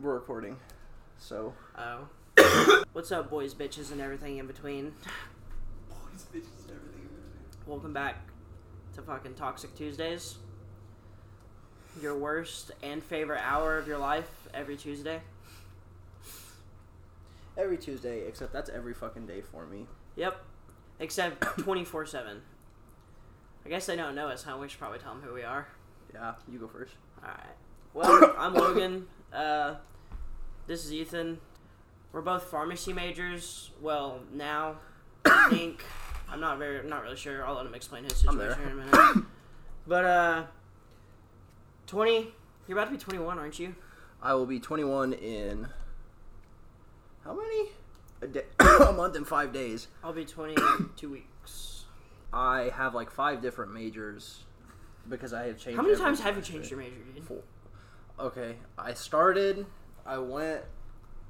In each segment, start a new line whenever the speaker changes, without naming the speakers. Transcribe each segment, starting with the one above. recording. So,
Oh. What's up, boys, bitches, and everything in between?
Boys, bitches, and everything. in between.
Welcome back to fucking Toxic Tuesdays. Your worst and favorite hour of your life every Tuesday.
every Tuesday, except that's every fucking day for me.
Yep. Except 24 7. I guess they don't know us, huh? We should probably tell them who we are.
Yeah, you go first.
Alright. Well, I'm Logan. Uh, this is Ethan. We're both pharmacy majors. Well, now, I think. I'm not very, not really sure. I'll let him explain his
I'm there.
situation in a minute. But, uh, 20. You're about to be 21, aren't you?
I will be 21 in how many? A day, a month and five days.
I'll be 22 weeks.
I have like five different majors because I have changed.
How many
every
times have you
semester.
changed your major, dude?
Four. Okay, I started. I went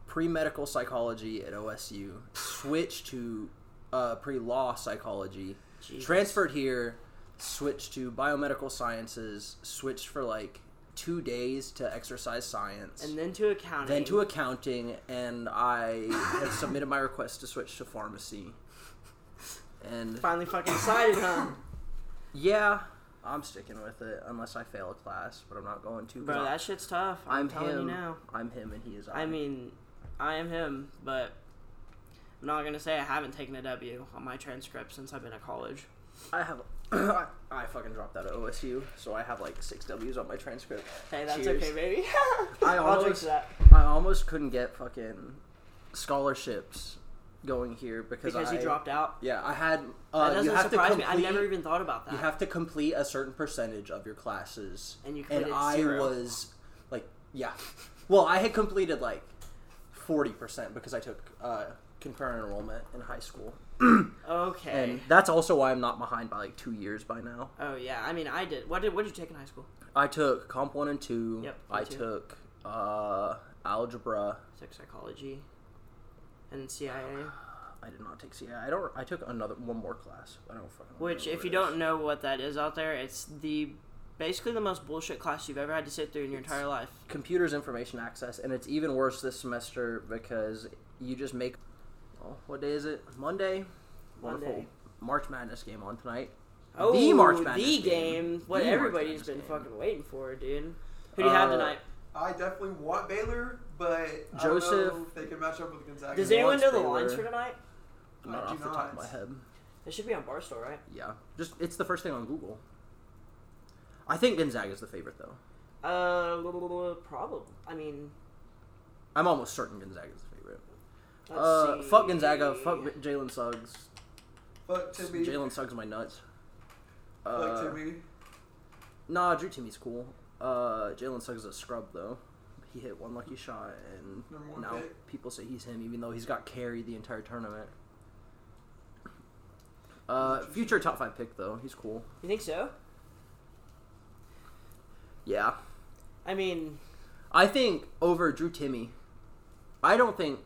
pre medical psychology at OSU. Switched to uh, pre law psychology.
Jesus.
Transferred here. Switched to biomedical sciences. Switched for like two days to exercise science.
And then to accounting.
then to accounting, and I have submitted my request to switch to pharmacy. And
Finally fucking decided, huh?
yeah, I'm sticking with it unless I fail a class, but I'm not going to. 'cause
Bro,
I-
that shit's tough. I'm,
I'm
telling
him.
you now.
I'm him, and he is. I.
I mean, I am him, but I'm not gonna say I haven't taken a W on my transcript since I've been at college.
I have. I, I fucking dropped out of OSU, so I have like six W's on my transcript.
Hey, that's
Cheers.
okay, baby.
I
I'll drink
almost,
to that
I almost couldn't get fucking scholarships going here because,
because
I
you dropped out.
Yeah, I had.
That
Uh, you
doesn't
have to
surprise
complete.
me. I've never even thought about that.
You have to complete a certain percentage of your classes,
And you
and
completed
I
zero.
was like, yeah, well, I had completed like forty percent because I took uh, concurrent enrollment in high school,
okay.
and that's also why I'm not behind by like two years by now.
oh yeah. I mean, I did. What did What did you take in high school?
I took comp one and two.
Yep, me
I
too.
took uh, algebra.
It's like psychology, and then CIA.
I did not take CI. I don't. I took another one more class. I don't fucking. remember
Which, if
what
you
it is.
don't know what that is out there, it's the basically the most bullshit class you've ever had to sit through in your entire life.
computers information access, and it's even worse this semester because you just make. Oh, what day is it? Monday. Wonderful
Monday.
March Madness game on tonight.
Oh,
The March Madness
the
game.
game. What
The March
everybody's
Madness
been
game.
fucking waiting for, dude. Who do you have
Uh,
tonight?
I definitely want Baylor, but I
Joseph-
don't know if they can match up with Gonzaga.
Does
I
anyone
watched
know the
Baylor.
lines for tonight?
I
Not
do
off the top of
not.
my head.
It should be on Barstool, right?
Yeah, just it's the first thing on Google. I think Gonzaga's the favorite though.
Uh, problem. I mean,
I'm almost certain Gonzaga's the favorite.
let's
Uh,
see.
fuck Gonzaga. Fuck Jalen Suggs.
Fuck Timmy.
Jalen Suggs my nuts.
Fuck
Uh,
Timmy.
nah, Drew Timmy's cool. Uh, Jalen Suggs is a scrub though. He hit one lucky shot, and
Number one
now
pick.
people say he's him, even though he's got carried the entire tournament. Uh, future top five pick though, he's cool.
You think so?
Yeah,
I mean,
I think over Drew Timmy. I don't think.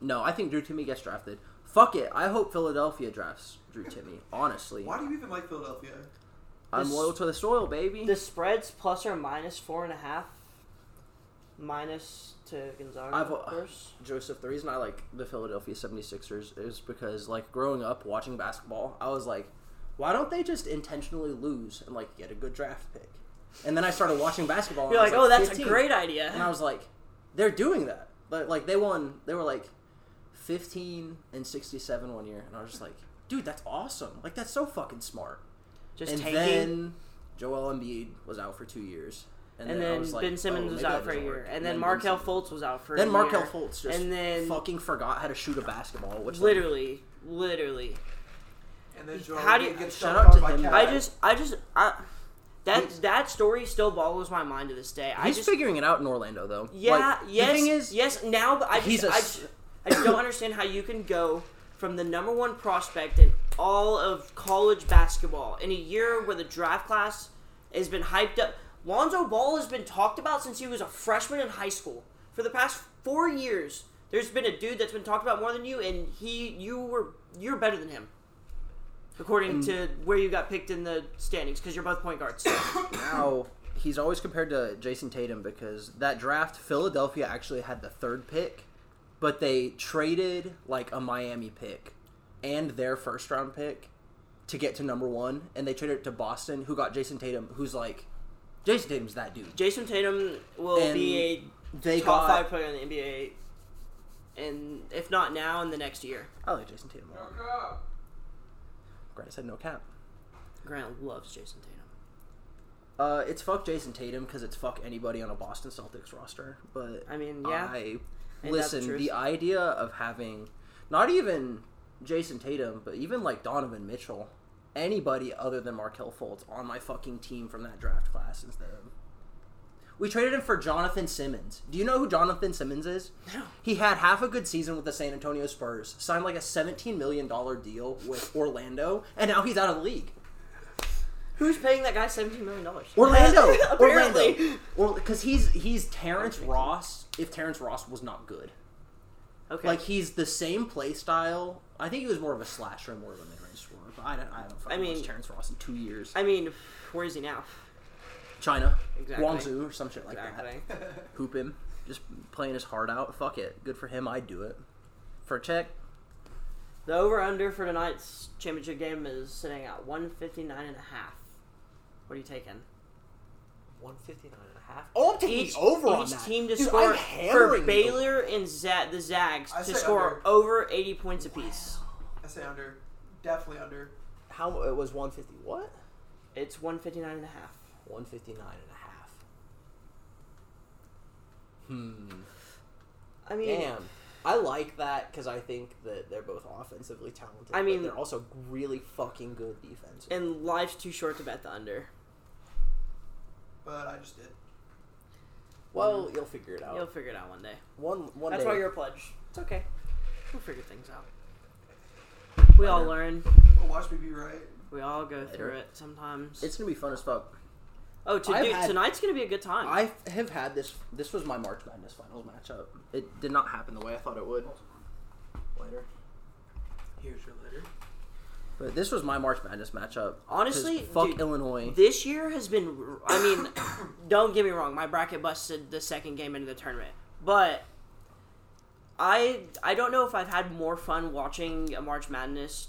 No, I think Drew Timmy gets drafted. Fuck it. I hope Philadelphia drafts Drew Timmy. Honestly,
Why do you even like Philadelphia?
I'm
This-
loyal to the soil, baby.
the spreads plus or minus four and a half, minus to Gonzaga,
I've-
of course.
Joseph, the reason I like the Philadelphia 76ers is because, like, growing up watching basketball, I was like, why don't they just intentionally lose and, like, get a good draft pick? And then I started watching basketball. and
You're
I
like,
was,
oh, that's
15."
a great idea.
And I was like, they're doing that. But, like, they won, they were like 15 and 67 one year. And I was just like, dude, that's awesome. Like, that's so fucking smart.
Just
and
tanking.
then Joel Embiid was out for two years.
and then,
I was like,
Ben Simmons
oh,
was
maybe
out
that
for a
doesn't
year,
work.
and then
Ben
Markel
Simmons-
Fultz was out for
then
a
Markel
year.
Fultz just
And then-
fucking forgot how to shoot a basketball, which like,
Literally, literally.
And then Joel
How do
Embiid
you-
gets
shout
dunked
out to
on by
him.
Cat.
I just, I just, I, that
He's-
that story still boggles my mind to this day. I
he's
just,
figuring it out in Orlando though.
yeah,
Like,
yes,
The thing is,
yes. Now, but I just,
he's a
I
s-
just- I just don't understand how you can go from the number one prospect in all of college basketball in a year where the draft class has been hyped up. Lonzo Ball has been talked about since he was a freshman in high school. For the past four years, there's been a dude that's been talked about more than you, and he, you were, you're better than him. According to where you got picked in the standings, because you're both point guards.
now he's always compared to Jason Tatum because that draft Philadelphia actually had the third pick, but they traded like a Miami pick and their first round pick to get to number one, and they traded it to Boston, who got Jason Tatum, who's like Jason Tatum's that dude.
Jason Tatum will
And
be a
They got
top five player in the NBA, and if not now, in the next year.
I like Jason Tatum.
No cop.
Grant said no cap.
Grant loves Jason Tatum.
Uh, it's fuck Jason Tatum because it's fuck anybody on a Boston Celtics roster. But
I mean, yeah.
I
the
listen.
truth?
the idea of having not even Jason Tatum, but even like Donovan Mitchell, anybody other than Markel Fultz on my fucking team from that draft class instead of. We traded him for Jonathan Simmons. Do you know who Jonathan Simmons is?
No.
He had half a good season with the San Antonio Spurs, signed like a $17 million deal with Orlando, and now he's out of the league.
Who's paying that guy seventeen million dollars?
Orlando,
Apparently.
Orlando, because he's he's Terrence Ross. If Terrence Ross was not good,
Okay.
like he's the same play style. I think he was more of a slasher, and more of a mid-range scorer. But I don't, I haven't fucking
I mean-
watched Terrence Ross in two years.
I mean, where is he now?
China,
Exactly.
Guangzhou, or some shit like
Exactly.
that. Hoop him, just playing his heart out. Fuck it, good for him. I'd do it for a check.
The over under for tonight's championship game is sitting at one fifty nine and a half. What are you taking?
159 and a half.
Oh, I'm
Each, each team to score for Baylor and Za- the Zags
I
to
say
score
under.
over eighty points apiece.
I say under. Definitely under.
How it was 150 what?
It's one fifty nine and a half.
159 and a half.
I mean,
Damn. I like that because I think that they're both offensively talented.
I
but
mean-
they're also really fucking good defense.
and life's too short to bet the under.
But I just did.
well, you'll figure it out.
You'll figure it out one day.
One one
That's
day.
why you're a pledge. It's okay. We'll figure things out. We all
Under.
learn.
Well, watch me be right.
We all go through
Later.
it sometimes.
It's gonna be fun as fuck.
oh, to
I've
do,
had-
tonight's gonna be a good time.
I have had this. This was my March Madness Finals matchup. It did not happen the way I thought it would. Later.
Here's your letter.
But this was my March Madness matchup. 'Cause
Honestly,
fuck
dude,
Illinois.
this year has been. r- I mean, don't get me wrong. My bracket busted the second game into the tournament, but I I don't know if I've had more fun watching a March Madness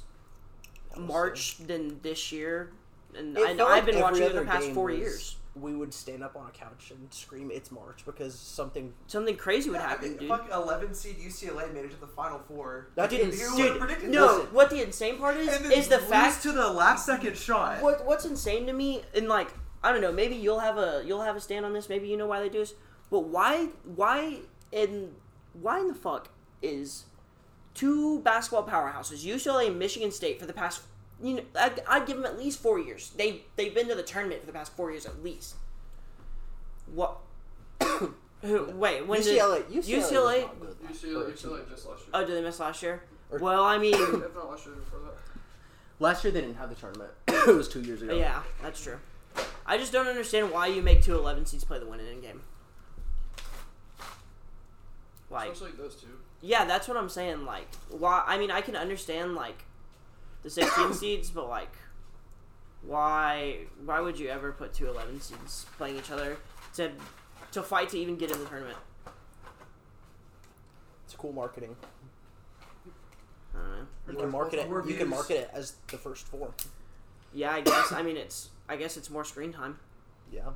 March than this year, and
It
I,
felt
I've
like
been
every
watching it the
other
past
game
four
was-
years.
We would stand up on a couch and scream, "It's March!" because something.
Something crazy would
Yeah, I
happen,
think
dude.
fucking 11 seed UCLA made it to the Final Four.
That
Dude,
didn't.
you
dude,
were predicting
No,
this.
what the insane part is
And then
is the
lose
fact
to the last second shot.
what what's insane to me and like I don't know maybe you'll have a you'll have a stand on this maybe you know why they do this but why why in why in the fuck is two basketball powerhouses UCLA and Michigan State for the past you know I'd, I'd give them at least four years they they've been to the tournament for the past four years at least what who, wait when
UCLA,
did,
UCLA, was
UCLA
not good last
UCLA,
year.
UCLA just lost
oh
year.
did they miss last year
Or-
well I mean
If not last year, before that.
Last year they didn't have the tournament. it was two years ago.
Yeah, that's true. I just don't understand why you make two 11 seeds play the winning game. Like,
Especially those two.
yeah, that's what I'm saying. Like, why? I mean, I can understand like the 16 seeds, but like, why? Why would you ever put two 11 seeds playing each other to to fight to even get in the tournament?
It's cool marketing.
I don't know.
You can market it.
We're
You can
views.
market it as the first four.
Yeah, I guess. I mean, it's I guess it's more screen time.
Yeah.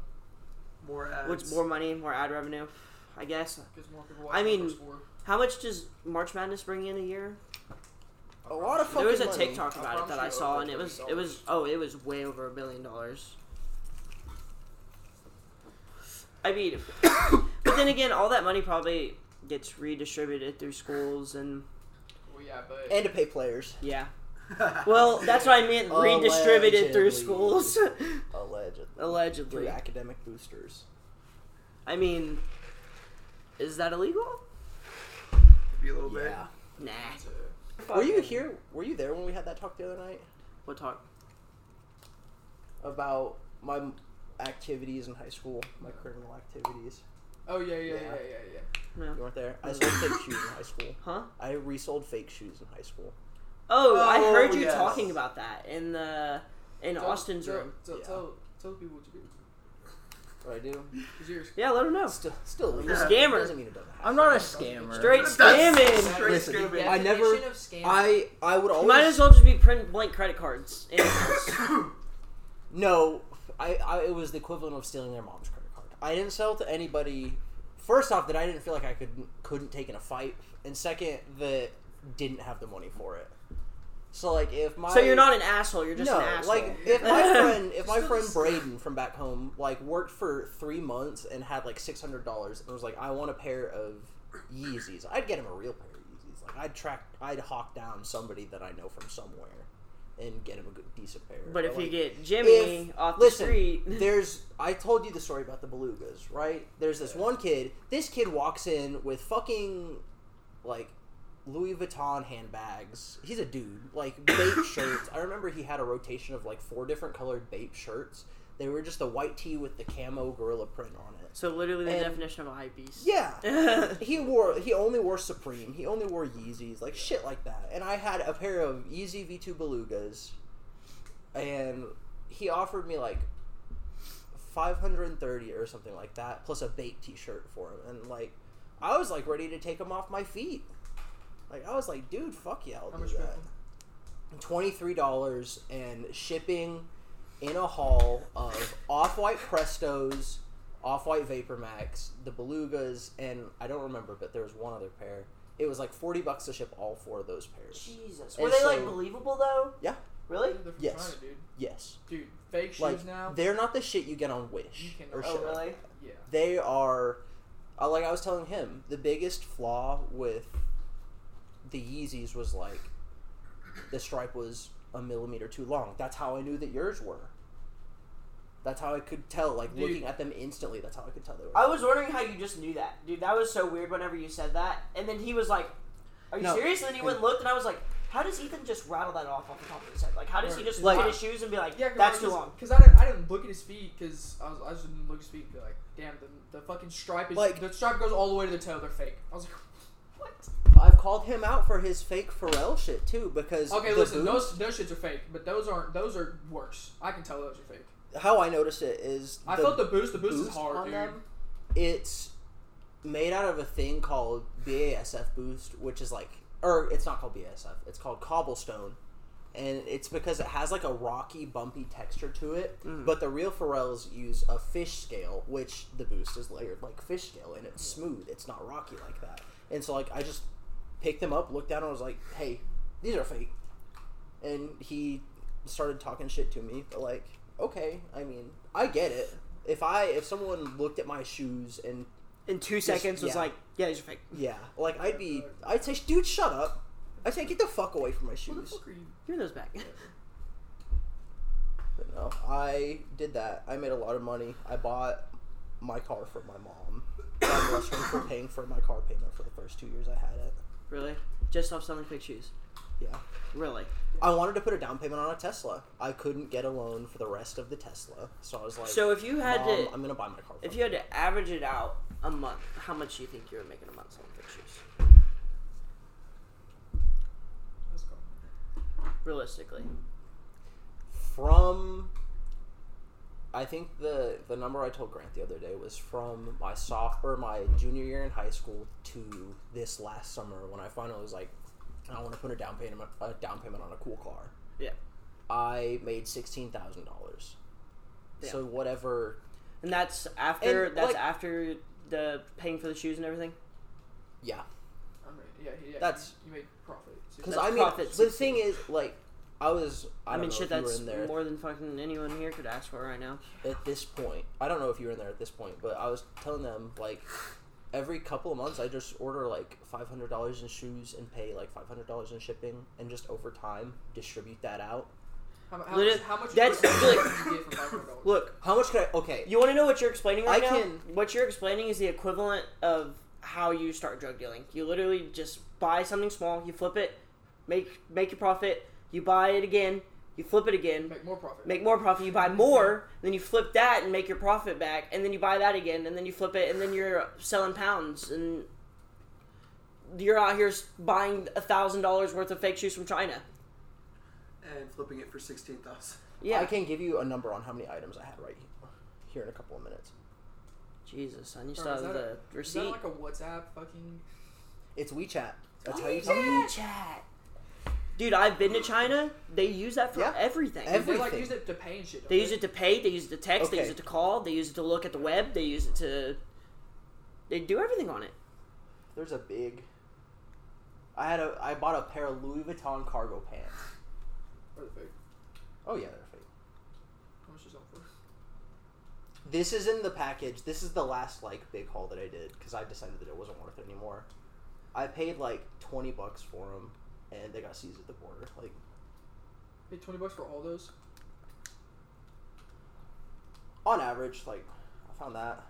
More ads.
What's more money, more ad revenue? I guess.
Gives more people
I
watching the
mean-
first four.
How much does March Madness bring in a year?
A lot of fucking.
There was a
money.
TikTok
I
about it
promise
that
you
I
it was
saw,
over
and it
$30.
was it was oh, it was way over a billion dollars. I mean, but then again, all that money probably gets redistributed through schools, and
Well, yeah, but
And to pay players,
yeah. Well, that's what I meant. Redistributed through schools,
allegedly. Through
allegedly.
academic boosters.
I mean, is that illegal?
Be a little bit.
Yeah.
Nah.
it's, uh,
Were you here? Were you there when we had that talk the other night
What talk?
about my m- activities in high school, my criminal activities?
Oh yeah, yeah, yeah,
Yeah.
yeah, yeah. yeah.
No.
You weren't there. I sold fake shoes in high school.
Huh?
I resold fake shoes in high school.
Oh, I
Oh,
heard you
yes.
talking about that in the in
Tell-
Austin's
tell-
room.
Tell,
Yeah.
tell, tell people what you do.
What I do?
It's yours.
Yeah, let him know.
Still, still a
Yeah.
Scammer.
Doesn't mean it doesn't happen.
I'm not a scammer.
Straight
That's
scamming.
Straight
Listen,
scamming.
I never-
Definition Of scam.
I I would always
Might as well just be print blank credit cards. And
no. I, I it was the equivalent of stealing their mom's credit card. I didn't sell to anybody. First off, that I didn't feel like I could couldn't take in a fight, and second that didn't have the money for it. So like if my
so you're not an asshole. You're just
no,
an asshole.
like if my friend, if my
Still
friend
just-
Braden from back home, like worked for three months and had like six hundred dollars, and was like, "I want a pair of Yeezys," I'd get him a real pair of Yeezys. Like I'd track, I'd hawk down somebody that I know from somewhere and get him a good, decent pair.
but if
like,
you get Jimmy
if-
off the
listen,
street,
there's I told you the story about the belugas, right? There's this one kid. This kid walks in with fucking like Louis Vuitton handbags. He's a dude. Like vape shirts. I remember he had a rotation of like four different colored vape shirts. They were just a white tee with the camo gorilla print on it.
so literally the
and-
definition of a hype beast.
Yeah.
Yeah.
He wore he only wore Supreme. He only wore Yeezys, like shit like that. And I had a pair of Yeezy V2 Belugas, and he offered me like five hundred and thirty or something like that, plus a bait T-shirt for him. And like, I was like ready to take him off my feet. Like I was like, dude, fuck yeah, I'll
How
do
much for
that. Twenty three dollars and shipping in a haul of off white Prestos, off white Vapor Max, the Belugas, and I don't remember, but there was one other pair. It was like forty bucks to ship all four of those pairs.
Jesus.
And
Were they like
so-
believable though?
Yeah.
Really?
They're from
Yes.
China, dude.
Yes,
Dude, fake shoes
like
now.
they're not the shit you get on
You
Wish
can-
or
oh,
shit.
Oh
like
really?
Yeah.
they are uh, like i was telling him the biggest flaw with the yeezys was like the stripe was a millimeter too long that's how i knew that yours were that's how i could tell like
Dude.
looking at them instantly that's how i could tell they were
I was wondering how you just knew that, dude. That was so weird. Whenever you said that, and then he was like, "Are you
No.
serious?" And then he went and looked, and I was like, "How does Ethan just rattle that off off the top of his head? Like, how does he just
Like-
look at his shoes and be like,
Yeah,
that's too long?"
Because I didn't, I didn't look at his feet because I, was, I just didn't look at his feet and be like, damn, the, the fucking stripe is.
Like-
the stripe goes all the way to the toe. They're fake. I was like,
i've called him out for his fake pharrell shit too because
okay,
the
listen,
boots-
those, those shits are fake, but those aren't. Those are worse. I can tell those are fake.
how i noticed it is
I
the-
felt the boost. The boost, is
boost
hard,
on
dude.
them? it's made out of a thing called BASF Boost, which is like, or it's not called BASF, it's called cobblestone. And it's because it has like a rocky, bumpy texture to it.
Mm.
But the real Pharrells use a fish scale, which the boost is layered like fish scale, and it's smooth. It's not rocky like that. And so, like, I just picked them up, looked down, and was like, hey, these are fake. And he started talking shit to me, but like, okay, I mean, I get it. If I if someone looked at my shoes and
In two
Just-
seconds, was
yeah.
like, "Yeah, these are fake."
yeah, like I'd be I'd say, dude, shut up. I'd say, get the fuck away from my
What the
shoes.
fuck are you?
Give me those back.
But no, I did that. I made a lot of money. I bought my car for my mom. God bless her for paying for my car payment for the first two years I had it.
really? Just off selling fake shoes?
Yeah.
Really?
I wanted to put a down payment on a Tesla. I couldn't get a loan for the rest of the Tesla, so I was like,
So if you had
Mom,
to,
I'm gonna buy my car.
if
from
you had to average it out a month, how much do you think you were making a month selling fake shoes?
Let's go.
Realistically,
from I think the the number I told Grant the other day was from my soft or my junior year in high school to this last summer when I finally was like, I want to put a down payment a down payment on a cool car.
Yeah.
I made sixteen thousand dollars. So whatever,
and that's after
And,
that's
like-
after the paying for the shoes and everything.
yeah.
I mean, yeah, yeah.
That's-
you, you made profit.
Because
That's
I mean,
profit,
the
16.
thing is, like, I was I,
I,
don't
mean,
know
shit,
if you were
that's
in there
more than fucking anyone here could ask for right now.
at this point. I don't know if you were in there at this point, but I was telling them like every couple of months I just order like five hundred dollars in shoes and pay like five hundred dollars in shipping and just over time distribute that out.
How, mu- how,
Literally-
much, how much?
that's-
did you
look.
get from five hundred dollars?
Look,
How much could I? Okay,
you want to know what you're explaining right
I
now?
can-
What you're explaining is the equivalent of how you start drug dealing. You literally just buy something small, you flip it, make make your profit, you buy it again, you flip it again,
Make more profit.
make more profit, you buy more, then you flip that and make your profit back, and then you buy that again, and then you flip it, and then you're selling pounds, and you're out here s- buying a thousand dollars worth of fake shoes from China.
And flipping it for sixteen thousand.
Yeah,
I can give you a number on how many items I had right here in a couple of minutes.
Jesus, I need to
Bro, is
have
that
the
a- Is
receipt.
that like a WhatsApp fucking?
It's WeChat. That's how you
WeChat.
tell me.
Dude, I've been to China. They use that for
Yeah.
everything.
Ev-
They like
Everything.
use it to pay and shit. don't
they use it to pay. They use it to text. They
Okay.
use it to call. They use it to look at the web. They use it to. They do everything on it.
There's a big. I had a. I bought a pair of Louis Vuitton cargo pants.
Perfect.
Oh yeah, they're fake.
How much is that for?
This is in the package. This is the last like big haul that I did because I decided that it wasn't worth it anymore. I paid like twenty bucks for them, and they got seized at the border. Like
Paid twenty bucks for all those.
on average, like I found that.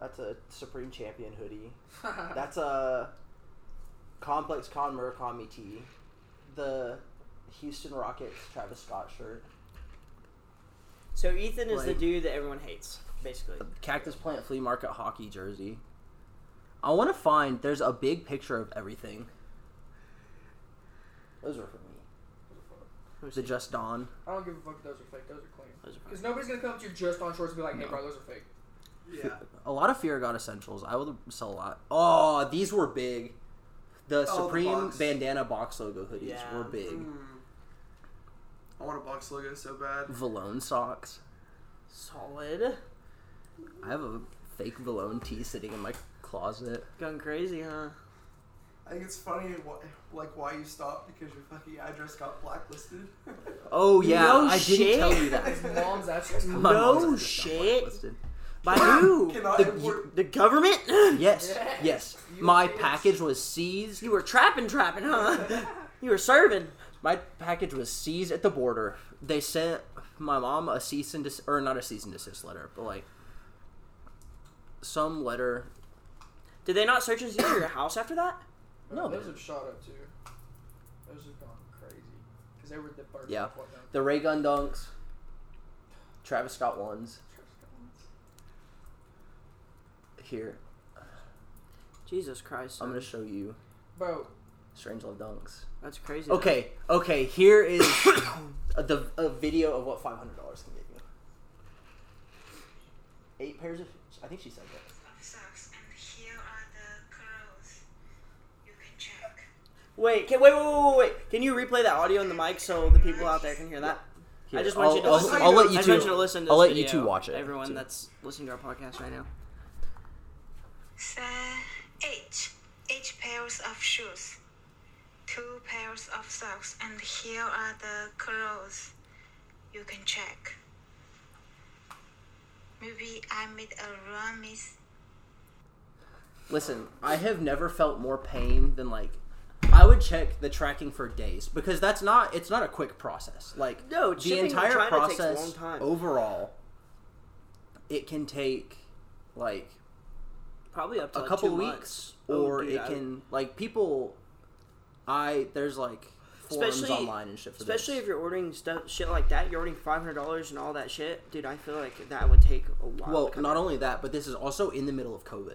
That's a Supreme Champion hoodie. That's a Complex Con Murakami tee. The Houston Rockets Travis Scott shirt.
So Ethan is the
Like-
dude that everyone hates, basically.
Cactus Plant Flea Market hockey jersey. I want to find. There's a big picture of everything.
Those are for me.
The Just Dawn.
I don't give a fuck if those are fake. Those are clean.
Those are fine.
Because nobody's gonna come up to you just on shorts and be like, "Hey, bro, those are fake."
Yeah.
A lot of Fear God essentials. I would sell a lot. Oh, these were big. The
Oh, the
Supreme
box.
bandana box logo hoodies
Yeah.
were big.
Mm. I want a box logo so bad.
Valone socks.
Solid.
I have a fake Valone tee sitting in my closet.
Going crazy, huh?
I think it's funny, wh- like why you stopped because your fucking address got blacklisted.
Oh yeah,
No
I
shit.
didn't tell you that.
His mom's address.
My mom's
No
address is
shit.
blacklisted.
By who?
Can I
The-
import?
The government?
Yes,
Yes.
yes.
You
My
bitch.
package was seized.
you were trapping, trapping, huh? you were serving.
My package was seized at the border. They sent my mom a cease and des- or not a cease and desist letter, but like some letter.
Did they not search and seizure your house after that?
No,
No, those
man.
have shot up too. Those have gone crazy because they were the first.
Yeah.
one down.
The ray gun dunks. Travis Scott ones here.
Jesus Christ.
I'm
son.
gonna show you
Bro,
Strange Love dunks.
That's crazy.
Okay, okay. Here is a, the a video of what five hundred dollars can get you. Eight pairs of. I think she said that.
of socks and here are the curls. You can check.
Wait, can, wait, wait, wait, wait, wait. Can you replay that audio in the mic so the people out there can hear that? I just want
I'll-
you to
I'll-
listen.
I'll let
I
you
just
two-
want you to listen to
I'll
this
let you
video,
two watch it,
Everyone
too.
that's listening to our podcast right now.
So, eight. Eight pairs of shoes. Two pairs of socks and here are the curls. You can check. Maybe I made a wrong miss.
Listen, I have never felt more pain than like I would check the tracking for days because that's not it's not a quick process. Like
No,
the
shipping to
entire
China takes a
process
long time.
overall it can take like
Probably up
a
to like,
couple
two
weeks
months.
or
Oh, dude,
it
I-
can like people I there's like forums
Especially-
online and shit for
Especially
this.
if you're ordering stuff, shit like that. You're ordering five hundred dollars and all that shit, dude. I feel like that would take a while.
well,
to come
not
in.
only that, but this is also in the middle of COVID.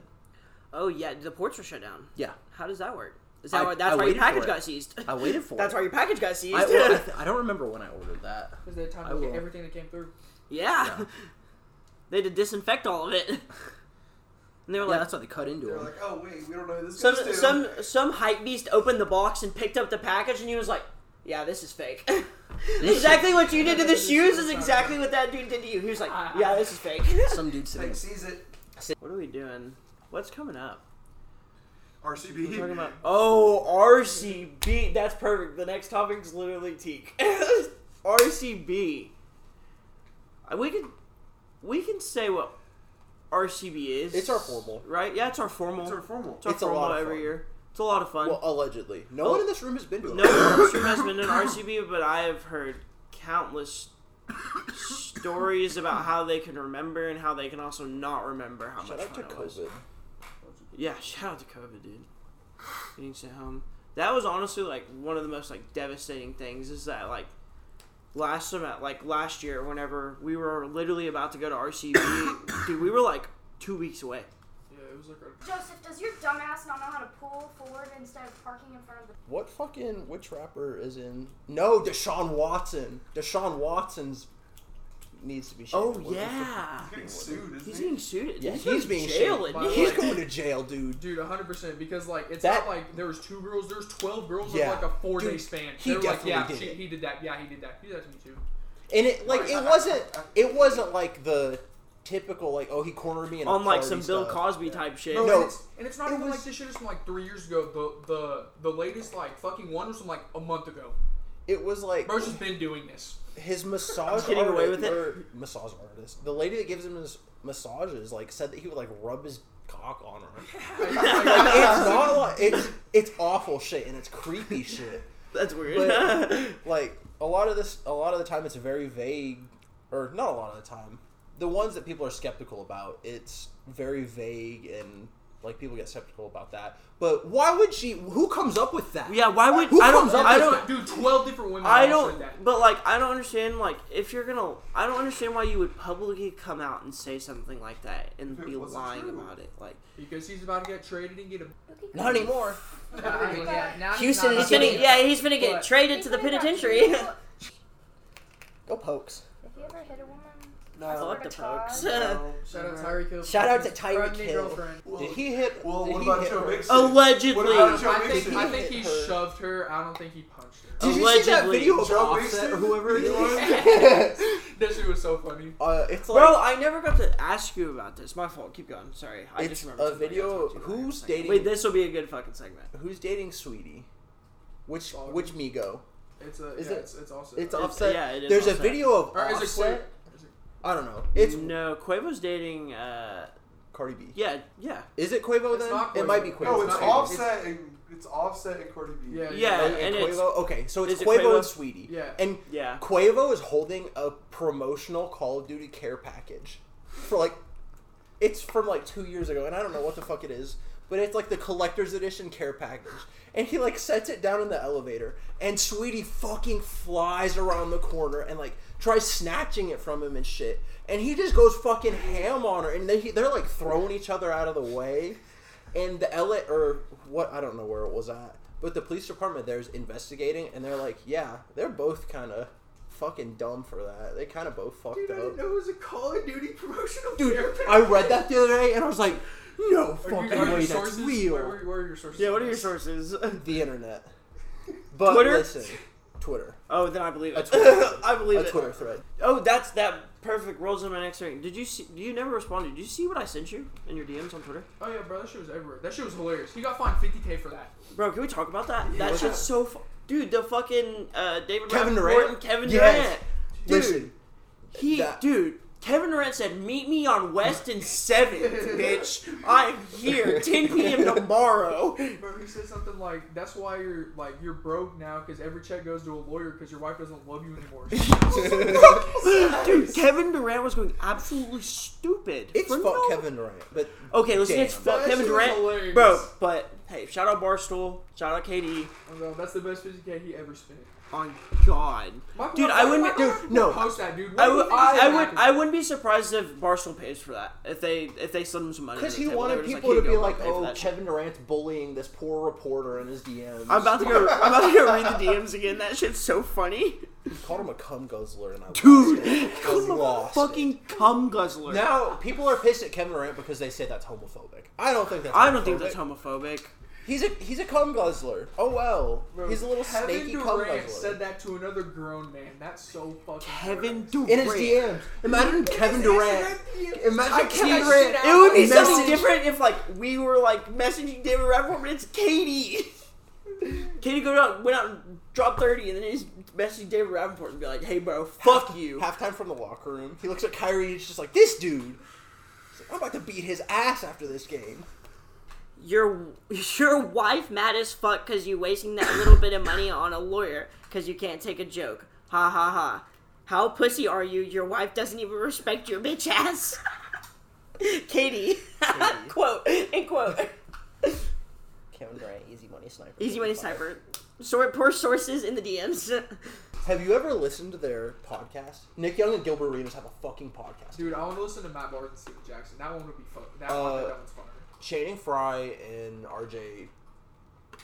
Oh yeah, the ports were shut down.
Yeah.
How does that work? Is
I-
that why,
I
that's why your
waited for
package
it.
got seized?
I waited for
that's
it.
why your package got seized.
I, well, I, th- I don't remember when I ordered that.
because they had time
I
to look
will.
at everything that came through.
yeah.
Yeah.
they had to disinfect all of it. And they were
Yeah,
like,
that's why they cut into
They're
it.
like, oh wait, we don't know who this
some
goes to.
some some hype beast opened the box and picked up the package, and he was like, "Yeah, this is fake." exactly what you did to the shoes is exactly what that dude did to you. He was like, "Yeah, this is fake."
Some dude sitting
Like, sees it.
what are we doing? What's coming up?
RCB.
We're talking about oh RCB. That's perfect. The next topic's literally teak. RCB. Uh, We can we can say what RCB is.
It's our formal.
right? Yeah, it's our formal.
It's our formal.
It's our
It's a
formal
lot of
every
fun.
year. It's a lot of fun.
Well, uh, allegedly, no
Oh.
one in this room has been to.
No Nordstrom has been in RCB, but I have heard countless stories about how they can remember and how they can also not remember how
Shout
much
out
fun
to
it was.
COVID.
Yeah, shout out to COVID, dude. Getting sent home. That was honestly like one of the most like devastating things is that like last summer, like last year, whenever we were literally about to go to RCB, dude, we were like two weeks away.
Yeah, it was like a
Joseph, does your dumbass not know how to pull forward instead of parking in front of the
What fucking which rapper is in? No, Deshaun Watson. Deshaun Watson's
needs to be shamed.
Oh
We're- we're-
yeah,
He's getting sued, isn't
he's
he?
being sued.
Yeah, he's,
going to
being
jail,
shamed.
isn't he?
He's going to jail, dude.
Dude, 100% because like it's
That-
not like there was two girls. There's 12 girls
Yeah.
in like a four day
Dude,
span.
he
they were like,
definitely
yeah,
did
she,
it.
he did that. Yeah, he did that. He did that to me too.
And it like
Right.
it wasn't it wasn't like the typical like oh he cornered me in a
on like
party
some Bill
stuff.
Cosby type shit.
Bro,
No.
and, it's, and it's not
It
even
was-
like this shit is from like three years ago. The the the latest like fucking one was from like a month ago.
It was like
Bro's just been doing this.
his massage
Getting away
artist-
with it?
or massage artist. The lady that gives him his massages like said that he would like rub his cock on her. it's not like it's it's awful shit and it's creepy shit.
That's weird.
Like a lot of this, a lot of the time, it's very vague, or not a lot of the time. The ones that people are skeptical about, it's very vague and like people get skeptical about that. But why would she? Who comes up with that?
yeah, why would
Who
I don't
comes up
I
with that?
don't
Dude, 12 different women.
I
all said
don't
That.
but like I don't understand like if you're gonna I don't understand why you would publicly come out and say something like that and
If it
be
wasn't
lying
true.
about it. Like
Because he's about to get traded and get a.
Not anymore.
yeah, now he's
Houston is
not about
getting-
to get-
yeah, he's gonna get
What?
traded to the penitentiary.
If
Go pokes.
you ever hit a woman,
No.
Fuck the folks.
Shout out Tyreek Hill.
Shout out to
Friend,
Tyreek
new
Hill.
girlfriend.
Well,
Did he hit?
well,
did
what
he
about
hit
Joe
her?
Mixon?
Allegedly.
What about Joe
I think,
Mixon?
I think he
Hit her.
shoved her. I don't think he punched her.
Did you see that
Allegedly.
video of
Joe
Offset or
Mixon?
whoever it
Yes.
is?
That shit was so funny.
uh, it's like
Bro, I never got to ask you about this. My fault. Keep going. Sorry. I
It's
just remember.
a
something I
video-
gotta talk to you about in a
who's
second.
dating-
Wait, this will be a good fucking segment.
who's dating Sweetie? Which
Baldwin.
which Migo?
It's a.
Is
yeah,
it-
it's, it's also.
It's
It's-
Offset.
yeah, it is
There's a
Offset.
video of
Or is it
Offset.
Quavo? Is it-
I don't know. It's
no, Quavo's dating. Uh,
Cardi B.
yeah, yeah,
Is it Quavo
It's
then?
not
It might be Quavo.
Quavo.
No,
It's
it's
not-
Offset and it's Offset and Cardi B.
Yeah.
yeah,
And,
and
Quavo.
it's
okay, so it's
is it
Quavo,
Quavo?
and Sweetie.
Yeah.
And
yeah.
Quavo is holding a promotional Call of Duty care package for like, it's from like two years ago, and I don't know what the fuck it is, but it's like the collector's edition care package. And he like sets it down in the elevator, and Sweetie fucking flies around the corner and like tries snatching it from him and shit. And he just goes fucking ham on her, and they they're like throwing each other out of the way. And the LA or what I don't know where it was at, but the police department there's investigating, and they're like, yeah, they're both kind of fucking dumb for that. They kind of both fucked
Dude, I
up.
didn't know it was a Call of Duty promotional.
Dude,
therapy.
I read that the other day and I was like, no
Are you-
fucking
are your
way, that's
sources- Where,
real.
where- where are your sources?
Yeah, what are
on
your
this?
sources?
The internet. But
Twitter?
listen, Twitter.
Oh, then I believe it.
Twitter-
I believe
A
it.
Twitter thread.
Oh, that's that perfect rolls in my next ring. Did you see? You never responded. Did you see what I sent you in your DMs on Twitter,
Oh yeah, bro, that shit was everywhere. That shit was hilarious. He got fined 50k for that.
bro? Can we talk about that? that
what's
shit's so. Fu- Dude, the fucking uh, David
Kevin
Rappaport
Durant?
and Kevin
Yes.
Durant. Dude,
Listen,
he,
that-
dude, Kevin Durant said, "Meet me on West and Seventh, bitch. I'm here, 10 p.m. tomorrow."
Bro, he said something like, "That's why you're like you're broke now because every check goes to a lawyer because your wife doesn't love you anymore."
Dude, Kevin Durant was going absolutely stupid.
it's
for
fuck
no-
Kevin Durant, but
Okay, listen,
Damn.
it's fuck Kevin
That shit was
Durant,
hilarious.
bro. But hey, shout out Barstool, shout out KD.
Oh, no, that's the best 50k he ever spent.
On God,
Michael-
dude, I
Michael-
wouldn't.
Michael
Dude,
Jordan
no.
would post that, dude.
I,
What do you
would,
think
I, I
is gonna
would.
happen?
I wouldn't be surprised if Barstool pays for that. If they if they send him some money.
because
to the
he
table,
wanted
they're just
people to
"Here
be
you go,
like,
pay for
oh,
that shit."
Kevin Durant's bullying this poor reporter in his DMs.
I'm about to go. I'm about to go read the DMs again. That shit's so funny,
He called him a cum guzzler, and I
dude.
lost it. I
Come a
lost it.
fucking cum guzzler.
Now people are pissed at Kevin Durant because they say that's homophobic. I don't think that's.
I don't think that's
homophobic.
homophobic.
He's a he's a cum guzzler. Oh well,
Bro,
he's a little
Kevin
snaky cum
Durant
guzzler.
said that to another grown man. That's so fucking.
Kevin
hilarious.
Durant.
in his DMs. Imagine Kevin Durant. Imagine Kevin Durant.
It would be something
Message-
different if like we were like messaging David Rappaport, but it's Katie. Katie go out, went out and dropped thirty, and then he's messaging David Rappaport and be like, "Hey, bro, fuck you."
Halftime from the locker room. He looks at Kyrie. He's just like this dude. He's like, I'm about to beat his ass after this game.
Your your wife mad as fuck because you wasting that little bit of money on a lawyer because you can't take a joke. Ha ha ha. How pussy are you? Your wife doesn't even respect your bitch ass. Katie. quote. End quote.
Kevin Durant, easy money sniper.
Easy money sniper. Sort poor sources in the DMs.
Have you ever listened to their podcast? Nick Young and Gilbert Arenas have a fucking podcast.
Dude, I want to listen to Matt Barnes and Steven Jackson. That one would be fun. That,
Uh,
one, that one's fun.
Channing Frye and RJ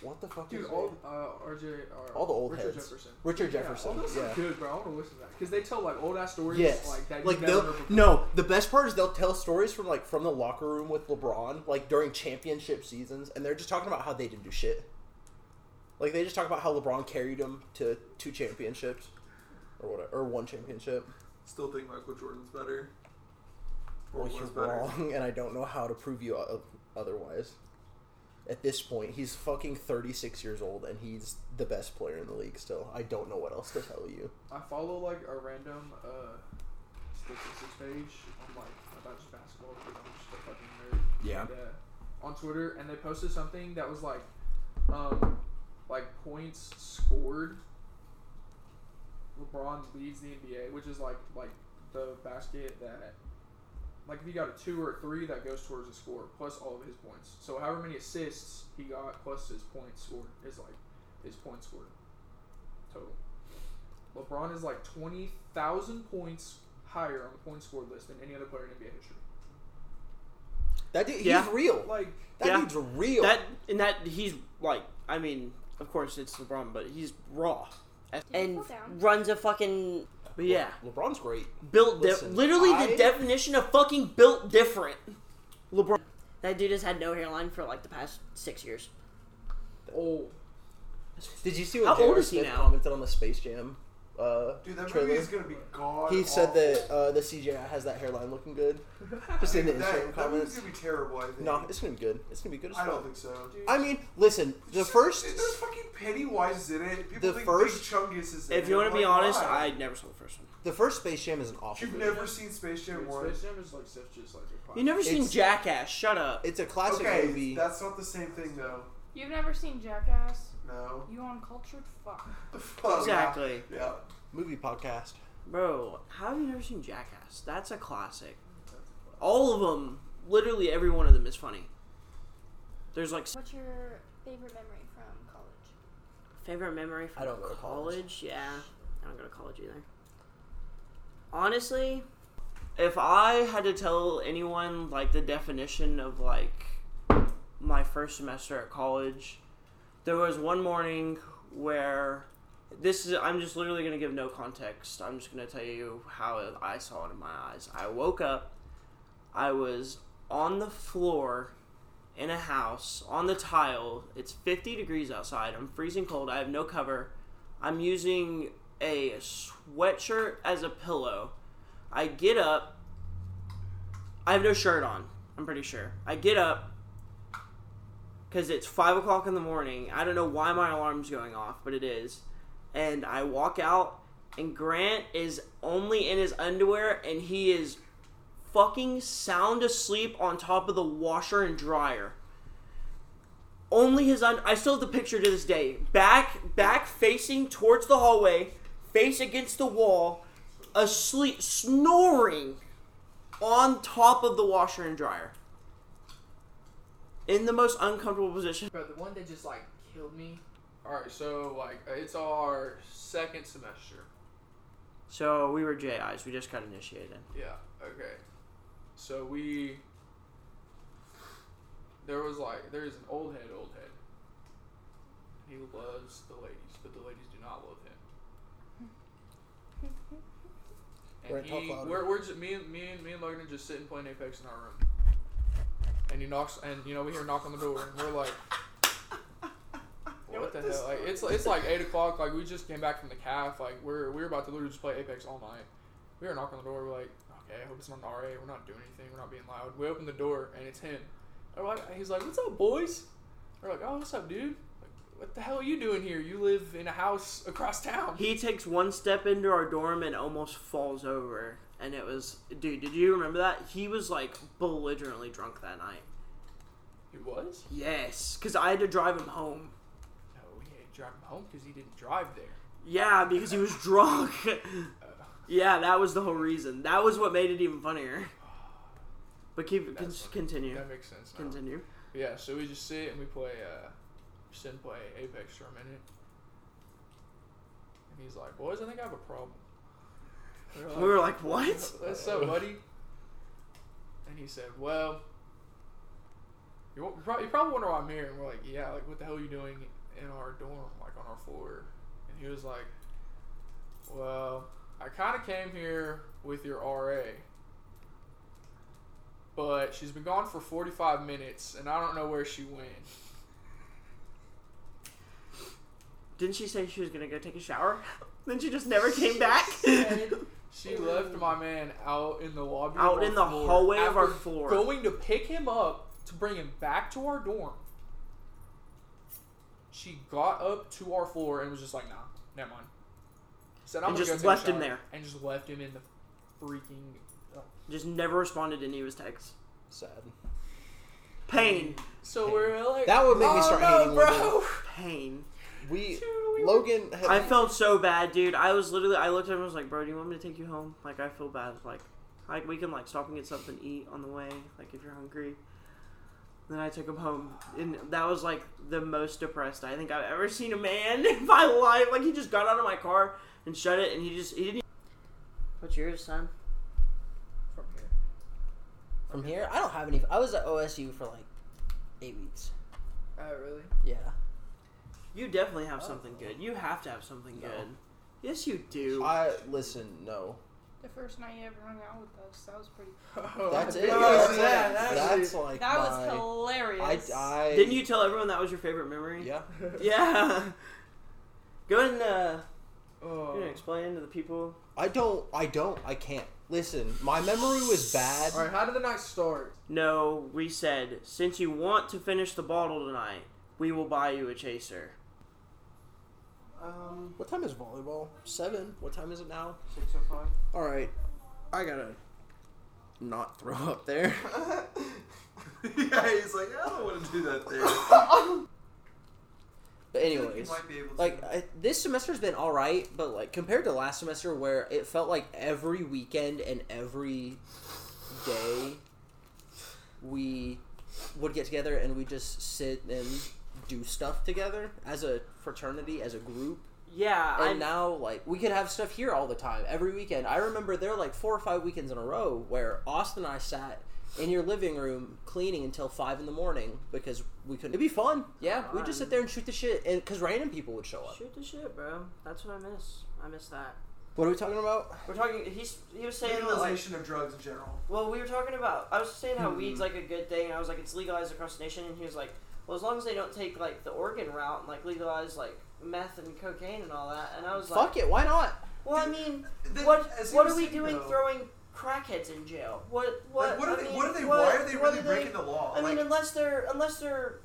What the fuck
Dude,
is
all
it?
uh, RJ, uh,
All the old
Richard
heads.
Jefferson.
Richard
Yeah,
Jefferson.
all those
Yeah.
are good, bro. I want to listen to that because they tell like old ass stories,
Yes.
like that.
Like,
you never
they'll
heard before.
no. The best part is they'll tell stories from like from the locker room with LeBron, like during championship seasons, and they're just talking about how they didn't do shit. Like they just talk about how LeBron carried them to two championships, or whatever, or one championship.
Still think Michael Jordan's better. Or
Well,
was
you're
better.
wrong, and I don't know how to prove you o- otherwise. At this point, he's fucking 36 years old, and he's the best player in the league still. I don't know what else to tell you.
I follow like a random uh, statistics page on like about just basketball because I'm just a fucking nerd.
Yeah.
And, uh, on Twitter, and they posted something that was like, um, like points scored. LeBron leads the NBA, which is like like the basket that, like if you got a two or a three, that goes towards the score plus all of his points. So however many assists he got plus his points scored is like his points scored total. LeBron is like 20,000 points higher on the point scored list than any other player in NBA history.
That dude,
Yeah.
he's real.
Like,
That
Yeah.
dude's real.
That and that he's like, I mean, of course it's LeBron, but he's raw and
cool down.
runs a fucking but yeah,
LeBron's great.
built di-
Listen,
literally
I-
the definition of fucking built different. LeBron, that dude has had no hairline for like the past six years.
oh,
Did you see what
How
J.R.
old is he
Smith
now?
commented on the Space Jam uh,
Dude, that
trailer?
movie is gonna be gone.
he said that uh, the CGI has that hairline looking good. Just in the Instagram
that, that movie's
comments.
gonna be terrible. I think.
No, it's gonna be good. It's gonna be good as
I
fuck.
don't think so.
I mean, listen, the
Just-
first.
There's fucking Pennywise is in it. People
The
think
first-
Big Chungus is in it.
If you want
I'm
to be
like,
honest,
why?
I never saw the first one.
The first Space Jam is an awful
You've
movie.
never seen Space Jam
dude,
One.
Space Jam is like such just like a
You never seen
It's-
Jackass? Shut up.
It's a classic
Okay,
movie.
that's not the same thing though.
You've never seen Jackass?
No.
You uncultured fuck.
Fuck.
Exactly.
Yeah.
movie podcast.
Bro, how have you never seen Jackass? That's a classic. All of them, literally every one of them is funny. There's like
What's your favorite memory from college?
favorite memory from
I don't go to
college?
college.
Yeah, I don't go to college either. Honestly, if I had to tell anyone like the definition of like my first semester at college, there was one morning where this is I'm just literally going to give no context. I'm just going to tell you how I saw it in my eyes. I woke up I was on the floor in a house on the tile. It's 50 degrees outside. I'm freezing cold. I have no cover. I'm using a sweatshirt as a pillow. I get up. I have no shirt on. I'm pretty sure. I get up because it's 5 o'clock in the morning. I don't know why my alarm's going off, but it is. And I walk out, and Grant is only in his underwear, and he is fucking sound asleep on top of the washer and dryer. Only his un- I still have the picture to this day. Back back facing towards the hallway, face against the wall, asleep snoring on top of the washer and dryer. In the most uncomfortable position.
Bro, the one that just like killed me. Alright, so like, it's our second semester.
So we were JIs. We just got initiated.
Yeah, okay. So we. There was like, there's an old head, old head. He loves the ladies, but the ladies do not love him. And
Brent, talk
he,
louder.
we're, we're just, me and me and me and Logan are just sitting playing Apex in our room. And he knocks, and you know we hear a knock on the door, and we're like, "What the hell?" Like it's it's like eight o'clock. Like we just came back from the calf. Like we're we're about to literally just play Apex all night. We hear a knock on the door. We're like, "Okay, I hope it's not an RA. We're not doing anything. We're not being loud." We open the door, and it's him. And we're like, he's like, "What's up, boys?" We're like, "Oh, what's up, dude? Like, what the hell are you doing here? You live in a house across town."
He takes one step into our dorm and almost falls over. And it was, dude, did you remember that? He was like belligerently drunk that night.
He was.
Yes, because I had to drive him home.
No, he had to drive him home because he didn't drive there.
Yeah, because he was drunk. yeah, that was the whole reason. That was what made it even funnier. But keep con-
That's funny.
continue.
That makes sense. Now.
Continue.
Yeah, so we just sit and we play, uh, sit and play Apex for a minute. And he's like, boys, I think I have a problem. We're
We were like, what?
What's up, buddy? And he said, Well, You're, wa- you're probably, you probably wonder why I'm here. And we're like, yeah, like, what the hell are you doing in our dorm, like, on our floor? And he was like, well, I kind of came here with your RA. But she's been gone for 45 minutes, and I don't know where she went.
Didn't she say she was gonna go take a shower? then she just never came back.
She left my man out in the lobby. of
Out
our
in the
floor
hallway of our
after
floor.
Going to pick him up to bring him back to our dorm. She got up to our floor and was just like, nah, never mind. Said, I'm
And
gonna
just
go take a
left him
shower,"
there.
And just left him in the freaking.
just never responded to any of his texts.
Sad.
Pain.
So we're like.
That would make me start
oh,
hating
no,
Logan.
bro.
Pain.
We
Dude, we-
Logan. Had,
I felt so bad, dude. I was literally, I looked at him and was like, bro, do you want me to take you home? Like, I feel bad. Like, like we can, like, stop and get something to eat on the way, like, if you're hungry. Then I took him home. And that was, like, the most depressed I think I've ever seen a man in my life. Like, he just got out of my car and shut it, and he just, he didn't. What's yours, son?
From here.
from here. I don't have any. I was at OSU for like eight weeks.
Oh, really?
Yeah.
You definitely have something good. You have to have something
No.
good. Yes, you do.
I listen. No.
The first night you ever hung out with us, that was pretty.
Oh,
That's
I
it.
did
Oh,
That's,
listen to
it.
yeah,
that.
That's like
That was
my-
hilarious.
I, I
Didn't you tell everyone that was your favorite memory?
Yeah.
Yeah. Go ahead and uh,
Oh.
you know, explain to the people.
I don't. I don't. I can't. Listen, my memory was bad.
All right, how did the night start?
No, we said, since you want to finish the bottle tonight, we will buy you a chaser.
Um,
What time is volleyball? Seven. What time is it now?
six oh five.
All right. I gotta not throw up there.
yeah, he's like, I don't want to do that there.
But
you
anyways,
might be able to.
like I, this semester's been all right, but like compared to last semester, where it felt like every weekend and every day we would get together and we just sit and do stuff together as a fraternity, as a group.
Yeah,
and
I
now like we could have stuff here all the time every weekend i remember there were like four or five weekends in a row where austin and i sat in your living room cleaning until five in the morning because we couldn't it'd be fun yeah we'd just sit there and shoot the shit and because random people would show up
shoot the shit, bro. That's what I miss. I miss that.
what are we talking about
We're talking. He's he was saying that like.
Utilization of drugs in general.
Well, we were talking about. I was saying how weed's like a good thing, and I was like, it's legalized across the nation, and he was like, well, as long as they don't take like the Oregon route and like legalize like meth and cocaine and all that, and I was like,
fuck it why not
well, I mean,
Then,
what
as he
what
was
are we
saying,
doing
though,
throwing crackheads in jail? What what
Like, what
I
are they?
mean,
what are they?
what-
why are they
what
really breaking the law?
I mean,
like,
unless they're unless they're